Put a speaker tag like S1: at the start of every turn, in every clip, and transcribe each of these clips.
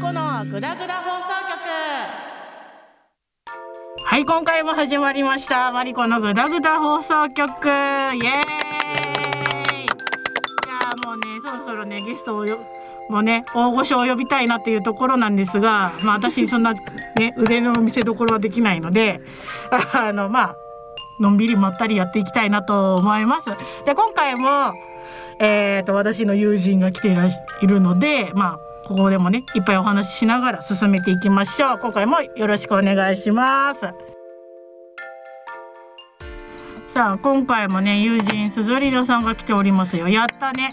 S1: 子のグダグダ放送局はい今回も始まりましたマリコのグダグダ放送局イエーイいやーもうねそろそろねゲストをよもうね大御所を呼びたいなっていうところなんですがまあ私そんなね腕の見せ所はできないのであのまあのんびりまったりやっていきたいなと思います。で今回もえー、と私の友人が来ていらしいるのでまあここでもねいっぱいお話ししながら進めていきましょう今回もよろしくお願いしますさあ今回もね友人すずりのさんが来ておりますよやったね
S2: い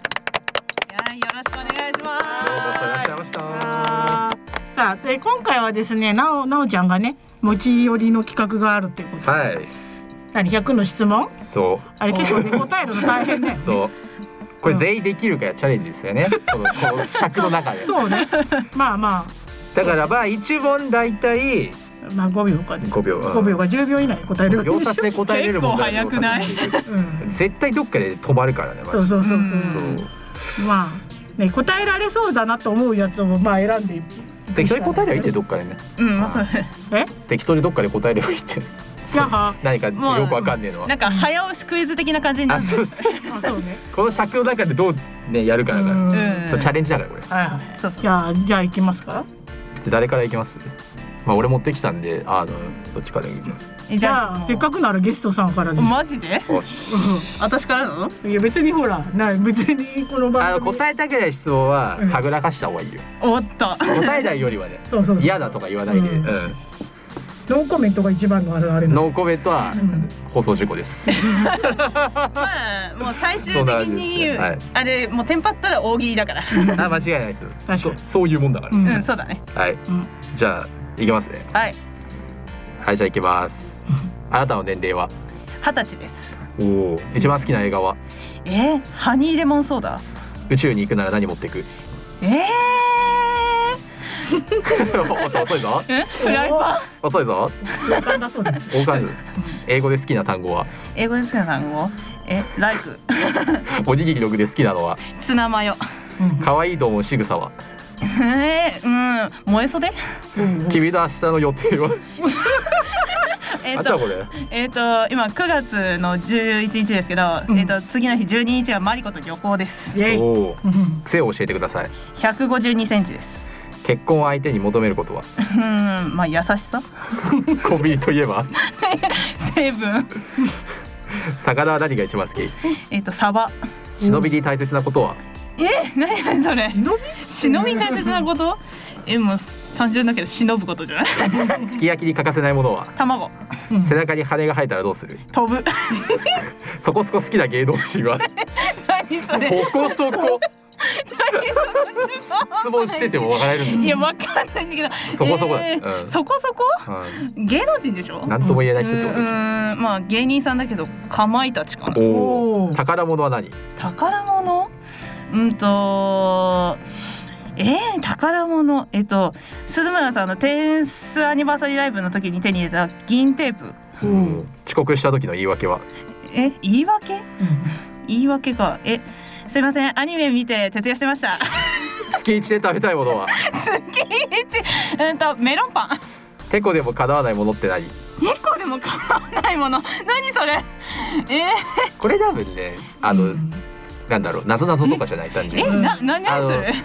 S2: やよろしくお願いしま
S3: ようこそいらっしゃいました。
S1: さあで今回はですねなおなおちゃんがね持ち寄りの企画があるっていうこと、
S3: は
S1: 何100の質問
S3: い、そ
S1: あれ結構ね答えるの大変ね
S3: う、 そう。これ全員できるかチャレンジですよね。このこの尺の中で。
S1: そうねまあまあ
S3: だからまあ一問だいたい
S1: まあ5秒かです
S3: 5秒。
S1: 5秒が10秒以内に答える。
S3: 秒差しで答えれる問題は
S2: 結構早く
S3: 秒差しで
S1: うん
S3: 絶対どっかで止まるからね。
S1: そ
S3: マ
S1: う
S3: ジで
S1: そうそう
S2: うん
S1: そ
S3: そうう。。
S1: まあね答えられそうだなと思うやつをまあ選んでいく。
S3: 適当に答えればいいんだよどっかでね。
S2: す。うん、まあ、そう。
S1: え？
S3: 適当にどっかで答えればいいって。
S1: じゃあ
S3: 何かよくわかんねえのは
S2: な。んか早押しクイズ的な感じにな
S3: あ、
S2: る。
S3: そうそう。
S1: あそうね。
S3: この尺の中でどうねやるかだから。
S1: うん
S2: うん
S3: そうチャレンジだからこれ。
S1: はいはい。
S2: そうそう
S1: じゃあじゃあ行きますか。
S3: で誰からいきます？まあ俺持ってきたんで、あのどっちからいきます。
S2: え
S1: じゃあせっかくならゲストさんからで
S2: く
S1: す。
S2: マジで？
S3: よし。
S2: 私からなの？
S1: うんいや別にほらない別にこの
S3: あ
S1: 番
S3: の
S1: 組。
S3: 答えたけない質問は
S1: うん
S3: はぐらかした方がいいよ。
S2: おっと。
S3: 答えないよりはね。
S1: そうそうそう。
S3: 嫌だとか言わないで、
S1: う
S3: うんん
S1: ノーコメントが一番のあれあれなの。
S3: ノーコメントは
S1: ん
S3: 放送事故です。
S2: まあもう最終
S3: そう
S2: 的
S3: なんです
S2: に
S3: よはい
S2: あれもうテンパったら大喜利だから。
S3: あ間違いないですよ
S1: かに。
S3: そうそういうもんだから。
S1: うん
S2: うん、そうだね。
S3: はい
S1: ん。
S3: じゃあ行きますね。
S2: はい。
S3: はいじゃあ行きます。あなたの年齢は？
S2: 二十歳です。
S3: おお。一番好きな映画は？
S2: えー、ハニーレモンソーダ。
S3: 宇宙に行くなら何持ってく？
S2: ええ
S3: 遅いぞ。
S2: ー。え？フライパン。
S3: 遅いぞ。
S1: 簡単だそう です。
S3: 大数。英語で好きな単語は？
S2: 英語で好きな単語？え、ライク。
S3: おにぎりの具で好きなのは？
S2: ツナマヨ。
S1: うん
S3: 可愛いと思う仕草は？
S2: えー、うん、燃え袖？
S1: うん
S3: 君の明日の予定は？
S2: え
S3: あ
S2: ー
S3: った
S2: と
S3: これ。
S2: えっ、と今9月の11日ですけど、
S1: うん
S2: えっ、と次の日12日はマリコと旅行です。
S1: イエイ。
S3: お
S1: うん
S3: お。癖を教えてください
S2: 152センチです。
S3: 結婚を相手に求め ることは
S2: うん、まあ優しさ、
S3: コンビニといえば
S2: 成分、
S3: 魚は何が一番好き
S2: えっ、とサバ。
S3: 忍びに大切なことは
S2: え、何何それ？
S1: 忍び
S2: 忍び大切なこと？え、もう単純だけど忍ぶことじゃない？
S3: すき焼きに欠かせないものは
S2: 卵、
S1: うん
S3: 背中に羽が生えたらどうする
S2: 飛ぶ。
S3: そこそこ好きな芸能人は
S2: 何そ
S3: そ
S2: れ？
S3: こそこ質問してても分かられるん
S2: い
S3: だ
S2: やわかんないんだけど。
S3: そこそこだ
S2: えー
S3: うん
S2: そこそこ？芸能人でしょ？
S3: 何とも言えな
S2: う
S3: い
S2: ん、
S3: 人ってことでし
S2: うんまあ芸人さんだけどかまいたちかな。
S3: ょ
S1: お
S3: お
S1: ー
S3: お宝物は何
S2: 宝物うんとえー、宝物えっと鈴村さんのテンスアニバーサリーライブの時に手に入れた銀テー
S1: う
S2: プ
S1: ん
S3: 遅刻した時の言い訳は
S2: え言い訳
S1: うん
S2: 言い訳かえすいませんアニメ見て徹夜してました
S3: 月一で食べたいものは
S2: 月一うんとメロンパン
S3: てこでも叶わないものって何
S2: 猫でも買わないもの何それえ
S3: これ多分ねあの、
S1: うん
S3: なんだろう謎謎とかじゃない単純に
S2: えなな何
S3: あ
S2: す
S3: の
S2: る
S3: い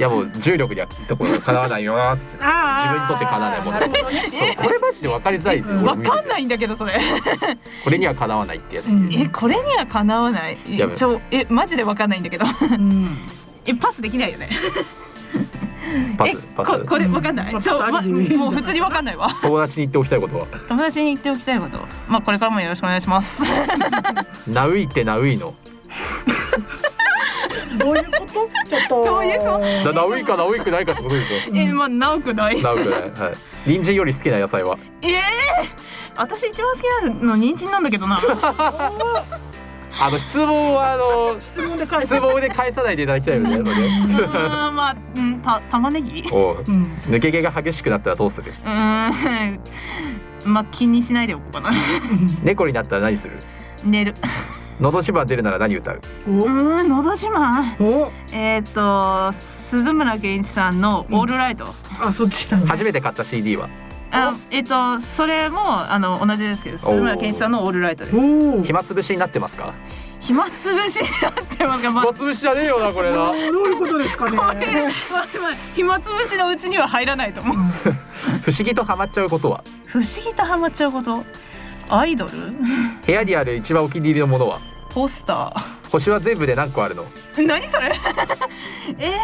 S3: やもう重力にはところかなわないよなって自分にとってかなわないもの
S1: あーるほどね
S3: そうこれマジで分かりづらいって
S1: うん
S2: わかん
S3: い
S2: ないんだけどそれ
S3: これにはかなわないってやつ、
S1: うん
S2: えこれにはかなわない
S3: や
S2: ちょえマジでわかんないんだけど
S1: うん
S2: えパスできないよね
S3: パ
S2: え
S3: スパス
S2: ここれわかんな
S1: うん
S2: いちょ、
S1: パス
S2: ま、
S1: ありでいいんじゃない
S2: もう普通にわかんないわ
S3: 友達に言っておきたいことは
S2: 友達に言っておきたいことまあこれからもよろしくお願いします
S3: ナウイってナウイの
S1: どういうこと？ちょっと。
S2: どういうこと
S3: なナウイかナウイくないかってことですよ
S2: えまあ長くない
S3: ナウイくないはい人参より好きな野菜は
S2: えー、私一番好きなの人参なんだけどな
S3: あの質問はあの
S1: 質問で返す
S3: 質。問で返さないでいただきたいよねやっぱ
S2: う
S3: ね
S2: ーんまあうんた玉ねぎう
S3: おう
S1: うん。
S3: 抜け毛が激しくなったらどうする
S2: ーんまあ気にしないでおこうかな
S3: 猫になったら何する
S2: 寝る
S3: のど芝出るなら何歌う
S2: うーん、のど自慢。
S1: おお
S2: えっ、と、鈴村健一さんのオールライト。
S1: あそっちなんだ
S3: 初めて買った CD は
S2: あ、えっ、と、それも、あの、同じですけど、鈴村健一さんのオールライトです。
S1: おお
S3: 暇つぶしになってますか
S2: 暇つぶしになってますが、まあ、
S3: 暇つぶしじゃねえよなこれな
S1: どういうことです かね
S2: まあまあ暇つぶしのうちには入らないと思う。
S3: 不思議とハマっちゃうことは
S2: 不思議とハマっちゃうこと。アイドル。
S3: 部屋にある一番お気に入りのものは
S2: ポスタ
S3: 星は全部で何個あるの
S2: ー。 何それ。え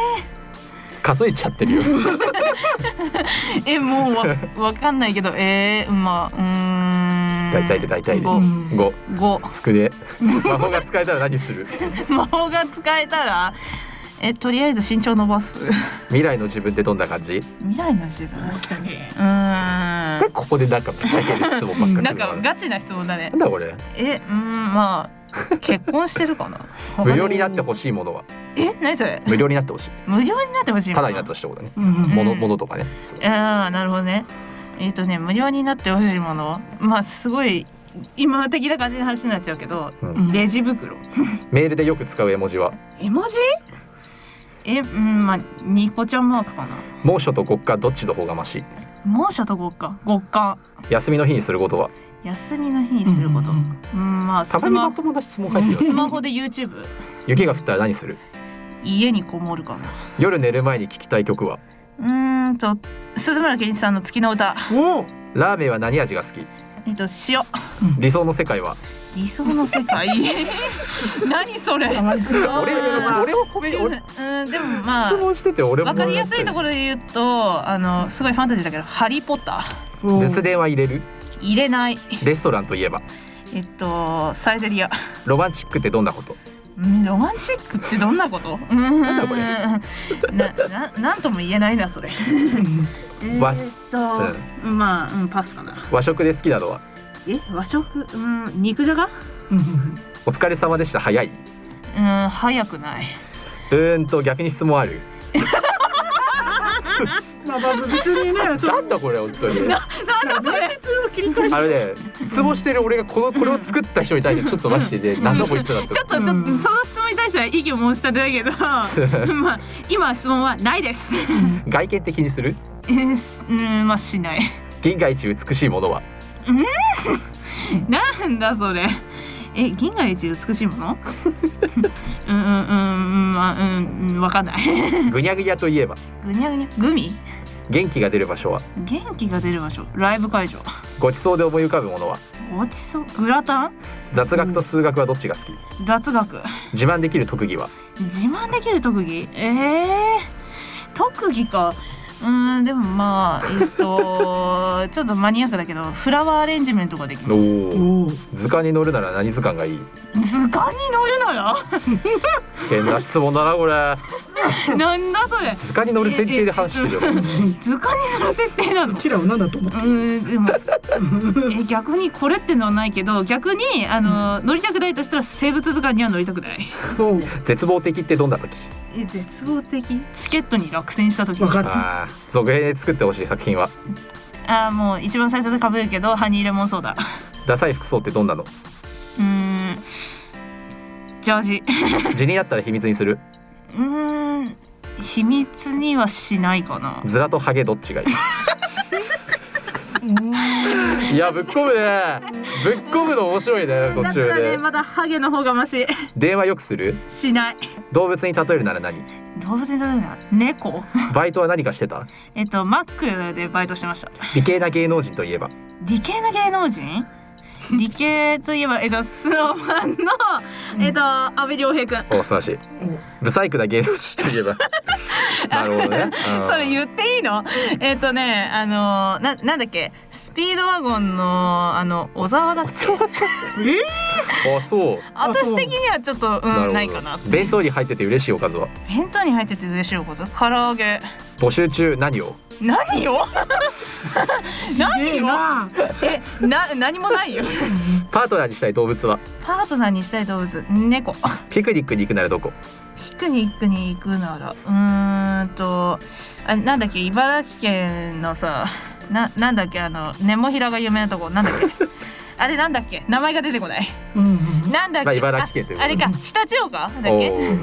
S3: 数えちゃってるよ
S2: ー、え、も うわ、わかんないけど、えー、まあ、うーん。
S3: 大体で大体で
S2: 五
S1: うん
S3: 5
S2: 五。
S3: 少ねえ魔法が使えたら何する
S2: 魔法が使えたら。え、とりあえず身長伸 ばす。
S3: 未来の自分ってどんな感じ
S2: 未来の自分。う
S1: 来たね
S2: ーん。
S3: ここでなんかぶっちゃける質問ばっかり
S2: なんかガチな質問だね
S3: なん。だこれ
S2: え、うん、まあ。結婚してるかな。わか
S3: 無
S2: んない
S3: 料になってほしいものは
S2: え、何それ。
S3: 無料になってほしい
S2: 無料になってほしい。
S3: ただになってほしいってことね
S1: うんうん
S3: ものものとかねそうそう
S2: ああなるほどねえっ、とね無料になってほしいものまあすごい今的な感じの話になっちゃうけど、
S1: うん
S2: レジ袋
S3: メールでよく使う絵文字は
S2: 絵文字えうんまあニコちゃんマークかな
S3: 猛暑と極寒どっちの方がマシ
S2: 猛暑と極寒極寒
S3: 休みの日にすることは
S2: 休みの日にすることう
S1: うんん、
S2: まあ
S3: たま
S2: ス
S3: にま
S2: マ
S3: ともな質問書いてる
S2: ス
S3: よね
S2: マホで YouTube
S3: 雪が降ったら何する
S2: 家にこもるかな
S3: 夜寝る前に聴きたい曲は
S2: うーんと鈴村健一さんの月の歌
S1: おお
S3: ラーメンは何味が好き
S2: えっ、と塩
S3: 理想の世界は
S2: 理想の世界何それ
S3: 俺俺をコメ俺
S2: うんでもまあ
S3: 質問してて俺も
S2: わかりやすいところで言うとあのすごいファンタジーだけど「ハリー・ポッター
S1: おお
S3: 留守電は入れる」
S2: 入れない
S3: レストランといえば
S2: えっとサイゼリア
S3: ロマンチックってどんなこと
S2: うんロマンチックってどんなことうんうん
S3: だこ
S2: なななんとも言えないなそれ
S3: わ
S2: えーっと、まあ、うん、パスかな
S3: 和食で好きなのは
S2: え和食うん肉じゃが
S3: お疲れ様でした早い
S2: うん早くないう
S3: ーんと逆に質問ある
S1: まあまあ別にねそ
S3: な
S1: うん
S3: だこれ本当に
S2: なんかそれ
S1: 普通を切り取り
S3: あのねツボしてる俺がこのこれを作った人に対してちょっとマジで何だこいつだって
S2: ちょっとちょっと、
S1: うん
S2: その質問に対しては異議を申し立てだけどまあ今質問はないです、
S3: 外見的にする
S2: えーすうんまあしない
S3: 銀河一美しいものは
S2: なんだそれ。え、銀河一美しいもの？ うんうんうんまあうんうんわかんない。
S3: ぐにゃぐにゃといえば
S2: ぐにゃぐにゃグミ？
S3: 元気が出る場所は
S2: 元気が出る場所。ライブ会場。
S3: ごちそうで思い浮かぶものは
S2: ごちそう。グラタン？
S3: 雑学と数学はどっちが好き
S2: 雑学。
S3: 自慢できる特技は
S2: 自慢できる特技？ええー、特技か。うーんでもまあえっと ちょっとマニアックだけどフラワーアレンジメントができます。
S1: おお
S3: 図鑑に乗るなら何図鑑がいい
S2: 図鑑に乗るなら？
S3: 変な質問だなこれ
S2: なんだそれ。
S3: 図鑑に乗る前提で話してるよ
S2: 図鑑に乗る設定なの？
S1: キラを何だと思っ
S2: う
S1: て
S2: ーんでもえ 逆にこれってのはないけど逆にあの、乗りたくないとしたら生物図鑑には乗りたくない
S1: おう
S3: 絶望的ってどんな時
S2: え絶望的チケットに落選した時
S1: わかる
S3: あー続編で作ってほしい作品は
S2: あーもう一番最初でかぶるけどハニーレモンソーダ
S3: ダサい服装ってどんなの
S2: うーんジャージ
S3: 地になったら秘密にする
S2: うーん秘密にはしないかな
S3: ズラとハゲどっちがいいいやぶっ込むねぶっ込むの面白い ね途中で
S2: まだハゲの方がマシ
S3: 電話よくする
S2: しない
S3: 動物に例えるなら何
S2: 動物に例えるな猫
S3: バイトは何かしてた
S2: えっとマックでバイトしてました
S3: 美形な芸能人といえば
S2: 理系の芸能人理系といえば、えっと、スノーマンの、えっと、阿部亮平くん。
S3: お素晴らしいブサイクな芸能人といえ ばなるほどねうん
S2: そ れ言っていいのえっとね、あのな、なんだっけ、スピードワゴンの、あの、小沢だっけ。
S3: あそう
S2: 私的にはちょっと、う
S3: るほ
S2: ん、
S3: ど
S2: ないかな。
S3: 弁当に入ってて嬉しいおかずは
S2: 弁当に入ってて嬉しいこと、唐揚げ。
S3: 募集中何を
S2: 何よ
S1: ねえ
S2: 何よ
S1: な
S2: え、な、何もないよ。
S3: パートナーにしたい動物は
S2: パートナーにしたい動物、猫。
S3: ピクニックに行くならどこ
S2: ピクニックに行くならうーんとあなんだっけ 茨城県のさななんだっけあのネモフィラが有名なとこなんだっけあれなんだっけ名前が出てこない
S1: うんうん
S2: なんだっけ、
S3: まあ茨城県ということ
S2: ああ
S3: で
S2: れか常陸岡だっ
S3: お
S2: け
S3: ー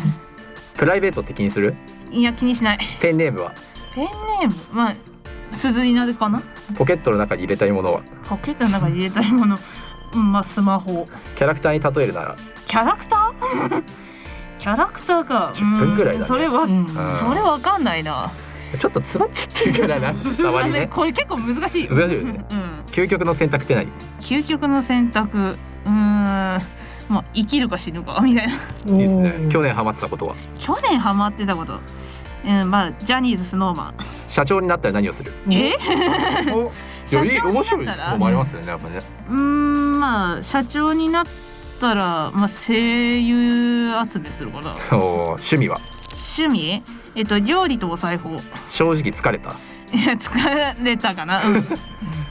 S3: プライベート的にする
S2: いや気にしない
S3: ペンネームは
S2: ペンネームまあ鈴井なでかな
S3: ポケットの中に入れたいものは
S2: ポケットの中に入れたいもの、うん、まあスマホ
S3: キャラクターに例えるなら
S2: キャラクター キャラクターか
S3: 10分ぐらいだね
S2: うんそれは、
S1: うん
S2: それわかんないな
S3: ちょっと詰まっちゃってるからな たまに
S2: あの
S3: ね
S2: これ結構難 しい
S3: 難しいよね
S2: うん、
S3: 究極の選択って何
S2: 究極の選択うーんまあ生きるか死ぬか みたいな
S1: うん
S3: いいですね去
S1: 日
S3: 年ハマってたことは
S2: 去年ハマってたことうんまあジャニーズスノーマン
S3: 社長になったら何をする
S2: え
S3: よ
S2: 社長に
S3: り面白い
S2: なったら
S3: 質問もありますよねやっぱね
S2: うーんまあ社長になったら、まあ、声優集めするか
S3: お
S2: な
S3: ー趣味は
S2: 趣味えっと料理とお裁縫い
S3: 正直疲れた
S2: や疲れたかな、うん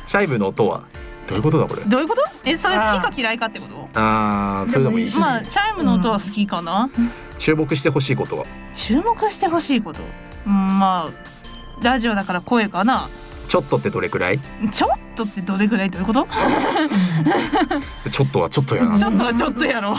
S3: チャイブの音はどういうことだこれ
S2: どういうことえそれ好きか嫌いかってこと
S3: あーそれでもいいし
S2: まあチャイムの音は好きかな、
S3: 注目してほしいことは
S2: 注目してほしいことうんまあラジオだから声かな
S3: ちょっとってどれくらい
S2: ちょっとってどれぐらいどういうこと
S3: ちょっとはちょっとや
S2: ち
S3: な
S2: ょっとはちょっとやろ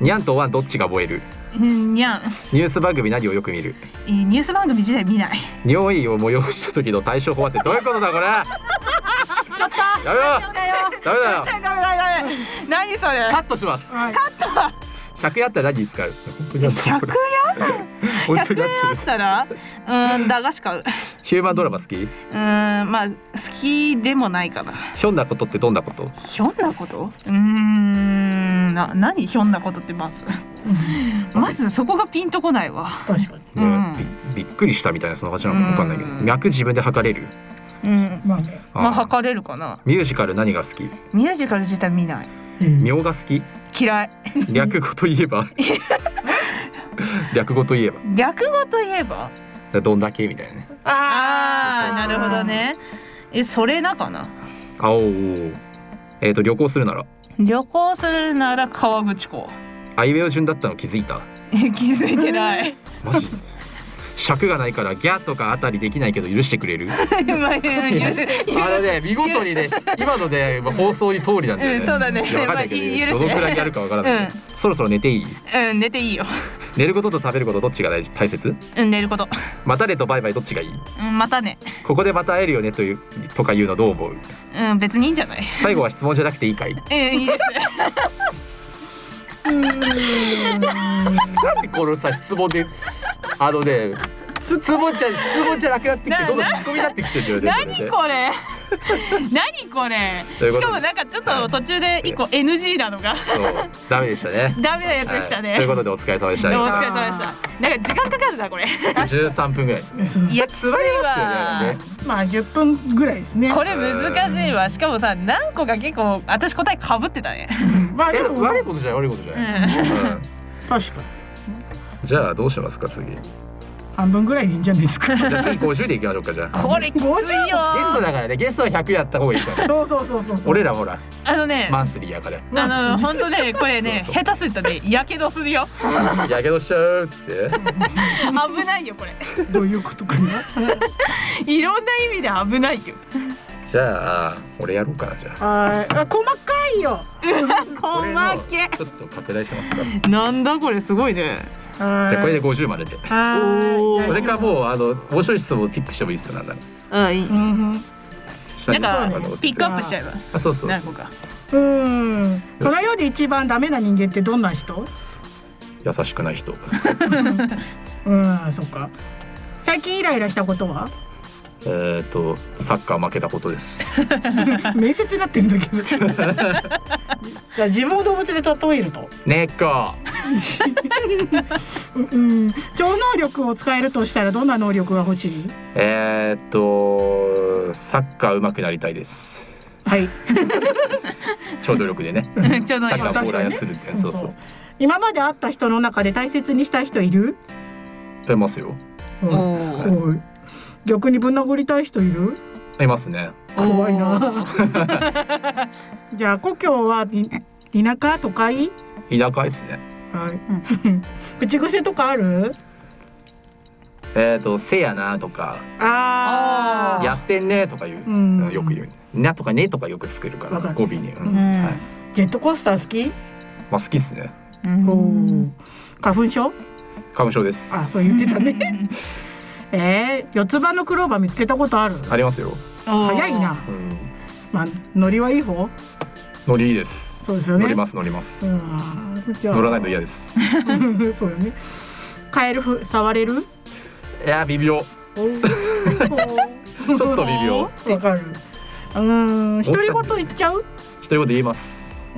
S3: ニャンとワンどっちが燃える
S2: うんにゃん
S3: ニュース番組何をよく見る
S2: えーニュース番組自体見ない
S3: 尿意を催した時の対処法はってどういうことだこれ
S1: ちょっと
S3: やめろ
S1: だよ
S3: ダメだよ
S2: ダメダメダメ何それ
S3: カットします
S1: はい
S3: 100やったら何に使う本当にやってるこ
S2: 100
S3: れ
S2: や
S3: 本当
S2: 100
S3: にや
S2: 円
S3: っ
S2: あって
S3: る
S2: たらうん駄菓子買う
S3: ヒューマンドラマ好きひ
S2: うんまあ好きでもないかな
S3: ょんなことってどんなこと
S2: ひょんなことうーんな何ひょんなことってまずまずそこがピンとこないわ
S1: 確かに
S3: ね
S2: うん
S3: びびっくりしたみたいなそんな感じなのか分かんないけど
S2: うん
S3: 脈自分で測れる
S2: うん
S1: まあね
S2: まあ
S3: ー
S2: 測れるかな
S3: ミュージカル何が好き
S2: ミュージカル自体見ない
S3: 妙が好き
S2: 嫌い
S3: 略語といえば略語といえ
S2: 略語といえば
S3: ばどんだけみたいなね
S2: あ
S3: ー
S2: あなるほどねえそれなかな
S3: あおーえっ、と旅行するなら
S2: 旅行するなら川口湖
S3: アイウェオ順だったの 気づいた
S2: え気づいてない
S3: マジ尺がないからギャーとかあたりできないけど許してくれる
S2: まあ言う
S3: あれね見事にね今ので、ね、放送に通りなんだよね、
S2: うんそうだね
S3: いやわかんないけど、
S2: まあ許して
S3: どのくらいやるかわからない、ねそろそろ寝ていい
S2: うん寝ていいよ
S3: 寝ることと食べることどっちが大大切
S2: うん寝ること
S3: またねとバイバイどっちがいい
S2: うんまたね
S3: ここでまた会えるよねというとか言うのどう思う
S2: うん別にいいんじゃない
S3: 最後は質問じゃなくていいかいな
S2: うんいいです
S3: んでこのさ質問であのね質問じゃ質問じゃなくなってきて
S2: な
S3: どんどんツッコミになってきてるよねこれ
S2: 何
S3: ね
S2: こ れ何これ
S3: という
S2: し
S3: ことで
S2: かもなんかちょっと途中で一個 NG なのが
S3: そうダメでしたね
S2: ダメなやつが来た
S3: はいという
S2: ね
S3: ことでお疲れ様でし
S2: どうもお
S3: た
S2: 疲れ様でしたなんか時間かかる なこれ
S3: 13分ぐらいですね
S1: うん
S2: いやつまり
S3: ね
S1: まあ10分ぐらいですね
S2: これ難しいわしかもさ何個か結構私答えかぶってたね、
S1: まあ
S3: え
S1: でも
S3: 悪いことじゃない悪いことじゃ
S2: う
S3: ない、
S2: ん、
S3: うん
S1: 確かに
S3: じゃあどうしますか次じ
S1: 半分ぐらいでいいんじゃないですか
S3: ゃあ次50でいきましょうかじゃあ
S2: これきついよ
S1: 50
S3: ゲストだからねゲストは100やった方がいいか ら
S1: そうそうそうそうそう
S3: 俺らほら
S2: あのね
S3: マンスリーやから
S2: あの本当ねこれね
S3: そうそう
S2: 下手するとねやけどするよ
S3: やけどしちゃうっつって
S2: 危ないよこれ
S1: どういうことかない
S2: ろんな意味で危ないよ
S3: じゃあ俺やろうかなじゃあ
S1: はいあ細かいよ
S2: こ
S3: 俺
S2: ま
S3: の
S2: け
S3: ちょっと拡大しますかじ
S2: なんだこれすごいね
S1: は
S3: ゃあこれ
S1: い
S3: で50までで
S1: は
S2: おー
S1: い
S3: それかもうあの面白い質問をピックしてもいいっすよなんだろう
S2: うんいい
S1: うんうん
S3: 下
S2: な
S3: に
S2: ん
S3: あの
S2: かピックアップしちゃえば
S3: あそうそう
S2: 何
S3: そう
S2: 個か
S1: うんこの世で一番ダメな人間ってどんな人
S3: 優しくない人
S1: うんそっか最近イライラしたことは
S3: えっとサッカー負けたことです
S1: 面接になってるんだけ どじゃあ自分を動物で例えると
S3: 猫
S1: ううん超能力を使えるとしたらどんな能力が欲しい
S3: えーっとサッカー上手くなりたいです
S1: はい
S3: 超能力でね
S2: うんちょうど
S3: サ
S2: い
S3: ッ
S2: い
S3: カ
S2: わ
S3: ーボーラーするってそうそう
S1: 今まで会った人の中で大切にしたい人いる、
S3: いますよ
S1: う
S2: お
S1: ん
S2: ー
S1: おい逆にぶん殴りたい人いる
S3: いますね
S1: 怖いな
S2: おー
S1: じゃあ故郷はい田舎都会
S3: 田舎ですね
S1: はい、口癖とかある
S3: えっ、と「せやな」とか
S1: あ
S3: 「
S1: あ
S3: やってんね」とか言う、
S1: うん
S3: よく言う「な」とか「ね」とかよくつけるから
S1: わかる
S3: 語尾に、うん
S2: うん
S3: はい
S1: ジェットコースター好き、
S3: まあ、好きっすね
S2: うん
S1: おー花粉症
S3: 花粉症です
S1: あ
S3: あ
S1: そう言ってたね えー、四つ葉のクローバー見つけたことある
S3: りますよ、
S1: 早いな
S3: うん、
S1: まあノリはいい方
S3: 乗りいいです
S1: そうですよね
S3: 乗ります乗ります、
S1: うんじゃあ
S3: 乗らないと嫌です
S1: そうよねカエルふ触れる
S3: いや微妙
S1: おー
S3: ちょっと微妙
S1: わかるうーん独り言言っちゃう
S3: 一人言言います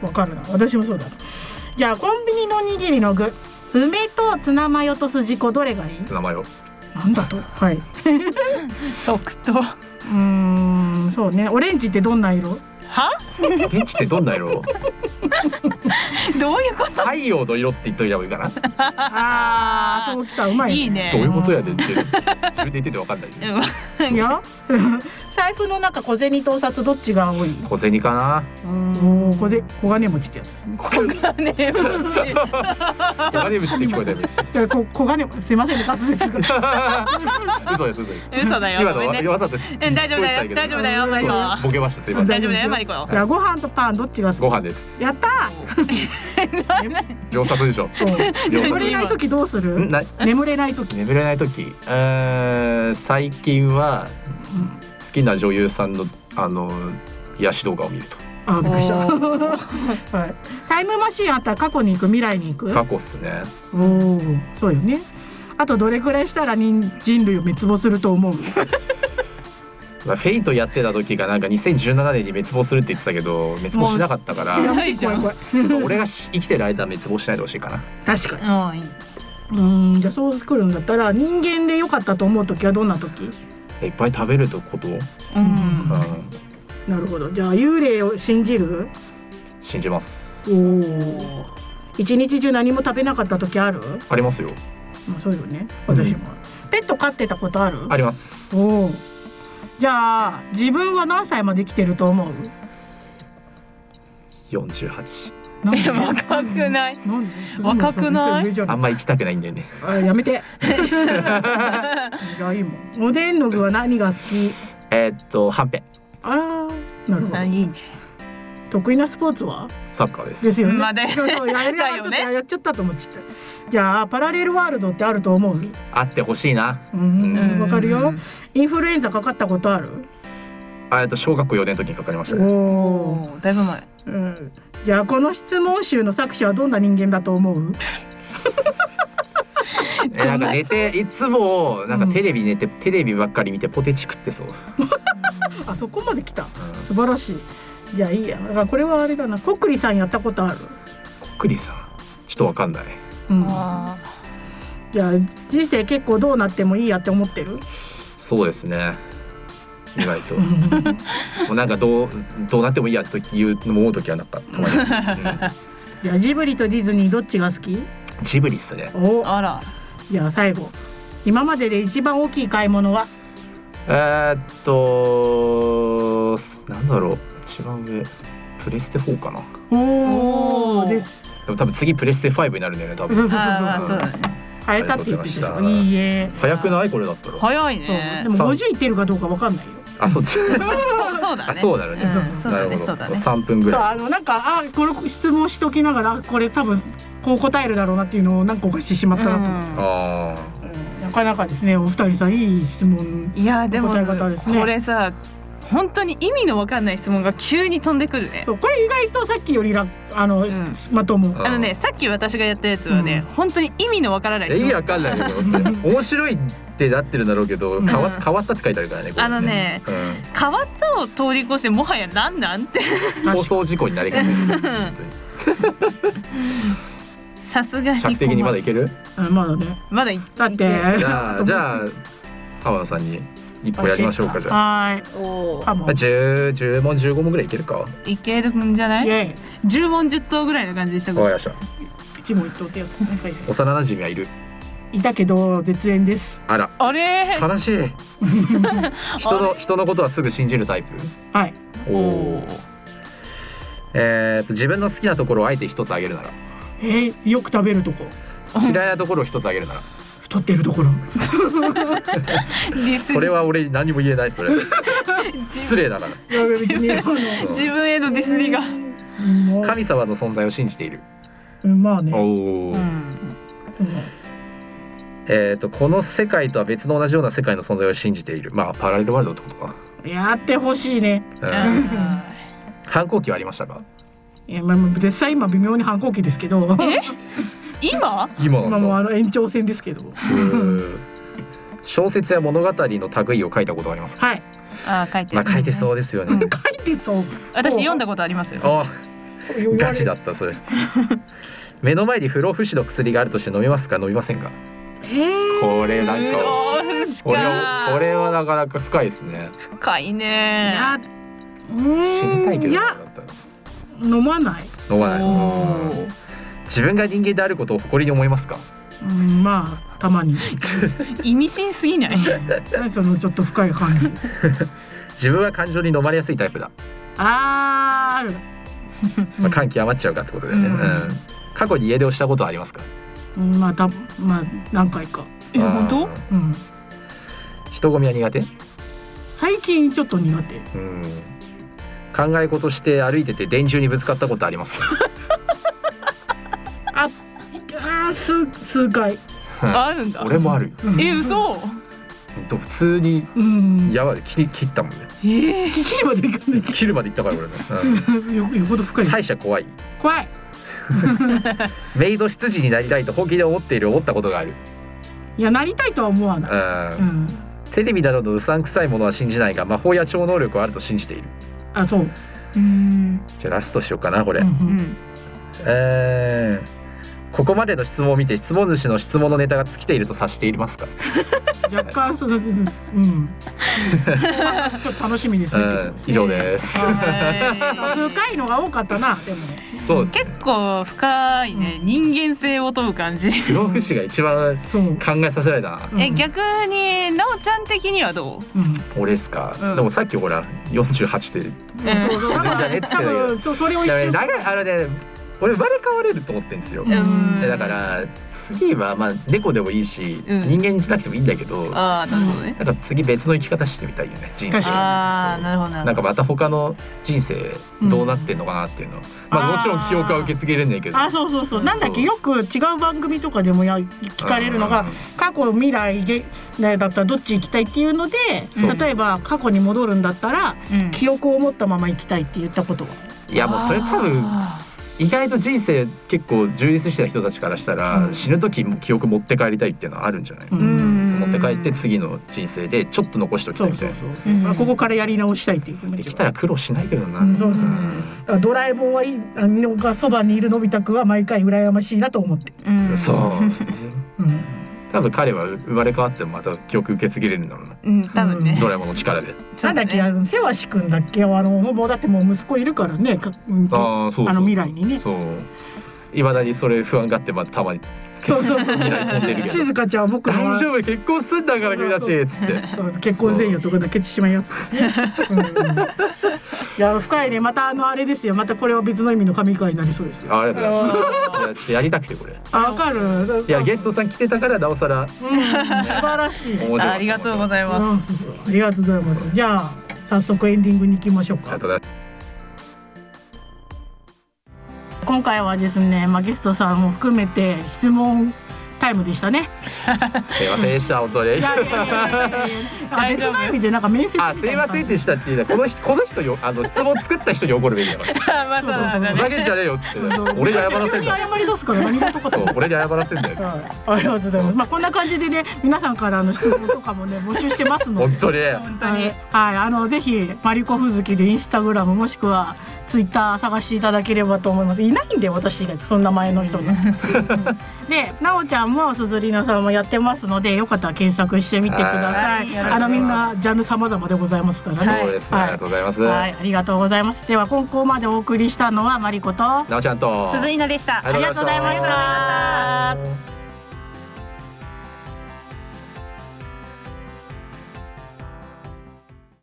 S1: わかるな私もそうだじゃあコンビニのおにぎりの具梅とツナマヨとすじこどれがいい
S3: ツナマヨ
S1: なんだとはいう
S2: 即答
S1: ーんそうねオレンジってどんな色
S2: は
S3: 現地ってどんな色
S2: どういうこと
S3: 太陽の色って言っといた方がいいかな
S1: あーそうきたうまい
S2: いいね
S3: どういうことやでって自分で言ってて分かんないけど
S1: いや 財布の中小銭とお札どっちが多い
S3: 小銭かな
S2: うん
S1: おお小銭小金持ちってやつですね
S2: 金持ち
S3: ガネムシって聞こえたよ
S1: じゃあこ 小金すいませんね数ですが
S3: 嘘です嘘です
S2: 嘘だよ
S3: 今
S2: ごめんね
S3: のわざと知って
S2: うん大丈夫だよ大丈夫だよマリコ
S3: ボケましたすいません
S2: 大丈夫だよマリコ
S1: じゃあご飯とパンどっちが好き
S3: ご飯です
S1: やった
S3: 秒殺でしょ
S1: ーそう
S3: 秒
S1: 眠
S3: 殺
S1: れない時どうする
S3: んな
S1: 眠れない時
S3: 眠れない時えー最近は好きな女優さんのあの癒し動画を見ると
S1: あーびっくりした
S2: お
S1: はい、タイムマシーンあったら過去に行く未来に行く
S3: 過去っすね
S1: おおそうよねあとどれくらいしたら人人類を滅亡すると思う
S3: まあフェイトやってた時がなんか2017年に滅亡するって言ってたけど滅亡しなかったか
S2: も
S3: ら
S2: うないじゃん
S1: 怖い
S3: まあ俺がし生きてる間は滅亡しないでほしいかな
S1: 怖い確かに
S2: うん
S1: ー
S2: いう
S1: んじゃあそうくるんだったら人間で良かったと思う時はどんな時
S3: いっぱい食べるとこと、うん、
S2: うん
S1: なるほどじゃあ幽霊を信じる
S3: 信じます
S1: おお一日中何も食べなかった時ある
S3: ありますよ
S1: まあそうよね私も、ペット飼ってたことある
S3: あります
S1: おおじゃあ自分は何歳まで生きてると思う
S3: 48
S1: なんで
S2: え若くない
S1: なんですご
S2: 若くない
S1: それ上じゃ
S3: あんま行きたくないんだよね
S1: あやめ て。違いもん。おでんの具は何が好き？
S3: えーっとはんぺん
S1: ああ、なるほ
S2: あい
S1: ど。
S2: いね
S1: 得意なスポーツは？
S3: サッカーです
S1: ですよね。
S2: まあで
S1: そうそうやれやち
S2: だ
S1: ょ
S2: よ
S1: っと
S2: ね
S1: やっちゃったと思っちゃった。じゃあパラレルワールドってあると思う？
S3: あってほしいな
S1: うん
S3: うん
S1: わかる
S2: う
S1: よ
S2: ん。
S1: インフルエンザかかったことある？
S3: あえっと小学校4年の時にかかりましたね
S1: お
S2: お
S1: お。
S2: ーだいぶ前
S1: うん。じゃあこの質問集の作者はどんな人間だと思う？
S3: えなんか寝ていつもなんかテレビ寝て、テレビばっかり見てポテチ食ってそう、
S1: あそこまで来た。素晴らしい。じゃあいいや。だからこれはあれだな。コックリさんやったことある？
S3: こっくりさんちょっとわかんない
S1: うん。
S2: あ
S1: いや人生結構どうなってもいいやって思ってる。
S3: そうですね意外 ともうなんかどうどうなってもいいやというのも思う時はなんかたまに、
S1: いやジブリとディズニーどっちが好き？
S3: うんジブリっすね
S1: お
S2: ー、あら
S1: じゃあ最後。今までで一番大きい買い物は？
S3: えー、っとなんだろう一番上プレステ4かな
S1: お
S2: おー
S1: です。
S3: でも多分次プレステ5になるんだよね
S1: そ
S3: 多
S1: うそう
S3: 分
S1: そう
S2: あーまあ
S1: そ
S2: そう
S1: う。
S2: だね
S1: 変えたって言ってたよ。
S3: ありがとうございました
S1: いいえ。
S3: 早くないこれだったら、
S2: 早い
S1: そう。
S2: ね
S1: でも
S3: さん
S1: 50いってるかどうかわかんないよ。
S3: あそうです
S2: そうそうだね
S3: あそうだろうね、
S2: うんそう
S3: な
S2: だ
S3: る
S2: ね
S3: ほ
S2: そうだ
S3: ど
S2: ね
S3: 三分ぐ
S1: そう
S3: らい
S1: あのなんかあこの質問しときながらあこれ多分こう答えるだろうなっていうのをなんかおかしてしまったなと思って。
S2: うん
S3: あ
S1: うんなかなかですねお二人さんいい質問。
S2: いやでも
S1: 答え方ですね
S2: これさ本当に意味のわかんない質問が急に飛んでくるね
S1: そうこれ意外とさっきよりらあの、
S2: ん
S1: まとも。
S3: あ
S2: あのねさっき私がやったやつはね、本当に意味のわからない
S3: ー
S2: 質問
S3: 意味わかんないよこれ面白いってなってるんだろうけど変わ変わったって書いてあるからねこれ
S2: あのね
S3: うん
S2: 変わったを通り越してもはや何なんて
S3: 放送事故になりかねない本当に
S2: さすがに
S3: 尺的にまだいける
S1: あまだね。
S2: まだい
S1: だって
S2: いける
S3: じゃ あじゃあ浜田さんに一個やりましょうかじゃあ
S1: はーい。
S2: おー
S1: カモン。
S3: 10 10問15問ぐらいいけるか
S2: いけるんじゃな
S1: イ
S2: い
S1: エイ。
S2: 10問10答ぐらいの感じにした
S3: わか
S2: こ
S3: りました
S1: 一問一答ってやつ。なんかいる
S3: 幼馴染がいる
S1: いたけど絶縁です。
S3: あら
S2: あれー
S3: 悲しい人の人のことはすぐ信じるタイプ
S1: はい。
S3: おおえー、と自分の好きなところをあえて一つあげるなら
S1: えー、よく食べるとこ。
S3: 嫌いなところを一つあげるなら
S1: 二撮ってるところ
S2: リス
S3: それは俺に何も言えないそれ失礼だか
S1: 別にあ
S3: ら
S2: 自分へのディスニーが、
S1: のも
S3: 神様の存在を信じている
S1: うまあね
S3: おお、えっ、とこの世界とは別の同じような世界の存在を信じているまあパラレルワールドってことか
S1: やってほしいね
S3: な、うん、
S2: あ
S3: 反抗期はありましたか
S1: いやまあ実際今微妙に反抗期ですけど
S2: ーえ今
S3: 今
S1: 今
S3: なん
S1: もうあの
S3: だ
S1: 延長戦ですけど
S3: うん小説や物語の類を書いたことはありますか
S1: はい
S2: あー書いて
S3: ま
S2: る、
S3: あ書いてそうですよね、
S2: うん
S1: 書いてそう
S2: 私読んだことありますよ
S3: あガチだったそれ目の前に不老不死の薬があるとして飲みますか飲みませんか
S1: えー
S3: これなん
S2: う
S3: か
S2: おーし
S3: これ
S2: か
S3: はこれはなかなか深いですね
S2: 深い
S1: い
S2: ね
S1: やう
S3: 死
S1: ー
S3: にたい
S1: ん
S3: けど
S1: い
S3: な
S1: や
S3: だったら
S1: 飲まない
S3: 飲まない
S2: お
S3: うん自分が人間であることを誇りに思いますか
S1: うんまあたまに
S2: 意味深すぎない
S1: 何そのちょっと深い感じ
S3: 自分は感情に飲まれやすいタイプだ、
S1: あーある
S3: まあ、感極まっちゃうかってことだよね、
S1: うん
S3: うん過去に家出をしたことはありますか
S1: うんまあたまあ何回か
S2: え
S3: うん
S2: 本当
S1: うん
S3: 人混みは苦手
S1: 最近ちょっと苦手
S3: うん考え事して歩いてて電柱にぶつかったことありますか
S1: ああー数数回
S2: あるんだ
S3: 俺もあるよ
S1: うん
S2: え嘘
S3: ほんと普通に
S1: うん
S3: やばい切り切ったもんね
S2: えー
S1: 聞ければでいかない
S3: 切るまで行ったから俺 ね、
S1: よよほど深
S3: う
S1: い
S3: ん、歯医者怖い
S1: 怖い
S3: メイド執事になりたいと本気で思っている思ったことがある、
S1: いやなりたいとは思わない、う
S3: うん
S1: ん、
S3: テレビなどのうさんくさいものは信じないが魔法や超能力はあると信じている
S1: あそう、
S2: うん
S3: じゃあラストしようかなこれ、
S1: うん
S2: う
S1: うん
S2: ん
S3: えーここまでの質問を見て質問主の質問のネタが尽きていると察していますか、
S1: 若干そのうんちょっと楽しみです
S3: う
S1: ね、
S3: ん、以上です、
S2: は
S1: 深いのが多かったなでも
S3: そうで
S2: い
S3: すね
S2: 結構深いね人間性を問う感じ
S3: 不老不死が一番
S1: そう、うん
S3: 考えさせられたな、
S2: え逆になおちゃん的にはどう
S1: うん
S3: 俺っすか、
S2: うん
S3: でもさっきほら48で
S1: そうそう
S3: 死ぬんじゃねって
S1: 多分そうそれを一
S3: だからね
S1: 瞬
S3: 長いあのね俺生まれ変われると思ってんですよ、
S1: うん
S3: でだから次はまあ猫でもいいし、
S2: うん
S3: 人間にしなくてもいいんだけどなん
S2: ああなるほどね
S3: か次別の生き方してみたいよね人生
S1: 確かに
S2: ああ
S3: そう
S2: なるほどな
S3: な
S2: る
S3: んか
S2: ほ
S3: また他の人生どうなってんのかなっていうの、まあ
S1: あー
S3: もちろん記憶は受け継げれんねんけど
S1: あそうそうそうなんだっけ
S3: そう
S1: よく違う番組とかでもや聞かれるの
S3: う
S1: が
S3: ん
S1: 過去未来げねだったらどっち行きたいっていうので
S3: そう
S1: 例えば過去に戻るんだったら
S2: どうん
S1: 記憶を持ったまま行きたいって言ったことが
S3: いやもうそれ多分
S2: あ
S3: 意外と人生結構充実してた人たちからしたら、
S1: うん
S3: 死ぬ時も記憶持って帰りたいっていうのはあるんじゃない、
S1: う
S2: ーうん
S3: そう持って帰って次の人生でちょっと残しておきた
S1: そ
S3: いうみた
S1: そそ
S3: いうな
S1: う
S2: うん
S1: まあここからやり直したいっていう気持
S3: でき
S1: ち
S3: た
S1: は
S3: ら苦労しないけどな、
S1: うんそうそううあドラえもんはいいあのがそばにいるのび太くんは毎回羨ましいなと思って、
S2: うん
S3: そう
S1: うん、
S3: 多分彼は生まれ変わってもまた記憶受け継げれるんだろうな
S2: うん多分ね
S3: ドラえもんの力で
S1: なんだっけあの瀬鷲くんだっけあのもうだってもう息子いるからねかうんあ
S3: ああそうそう
S1: の未来にね
S3: そういまだにそれ不安があってまたたまに
S1: そう そう
S3: 未来飛んでる けど
S1: 静香ちゃんは
S3: 「
S1: 僕の
S3: 大
S1: は
S3: 丈夫結婚すんだから君たち」っつって
S1: そう結婚前夜とか泣けてしまうやつです ね、うん、いや深いねまたあのあれですよまたこれは別の意味の神回になりそうですよ
S3: あありがとうございますいやちょっとやりたくてこれい
S1: あわかるい
S3: やゲストさん来てたからなおさら
S1: うん、素晴らしい、
S3: 面白い
S2: あありがとうござい
S1: うん
S2: ます
S1: ありがとうございますじゃあ早速エンディングに行きましょう
S3: ありが
S1: か
S3: とうござい
S1: 今回はですね、まあ、ゲストさんも含めて質問タイムでしたね。
S3: ますすいませんでした本当に
S1: いやいやいやいやいやあ別の意味でなんか面接みた
S3: あ
S1: いな感
S3: す
S1: じ
S3: いませんでしたっていうのはこの人この人よあの質問作った人に怒るべきだから
S2: まあそうだね
S3: ふざけんじゃねえよっつって俺が謝らせ
S1: 急
S3: ん
S1: に
S3: だよ
S1: 謝り出すから何事かと
S3: そう
S1: 思って。
S3: 俺に謝らせんだよ
S1: はいありがとうございます。まあこんな感じでね皆さんからあの質問とかもね募集してますの
S3: 本
S1: で。
S3: 当に
S2: 本当に
S1: はい、あのぜひマリコフズキでインスタグラムもしくはツイッター探していただければと思いますいないんで私以外そんな前の人が、うんでなおちゃんもすずりなさんもやってますのでよかったら検索してみてください
S2: はい
S1: あのみんな
S3: ありがとうございます
S1: ジャンル様々でございますからね
S2: はい
S3: そうですね
S1: は
S3: あ
S1: い
S3: りがとうございます
S1: はい、ありがとうございますでは今後までお送りしたのはマリコと
S3: なおちゃんと
S2: 鈴井菜でした
S3: ありがとうございました
S1: ありがとうございました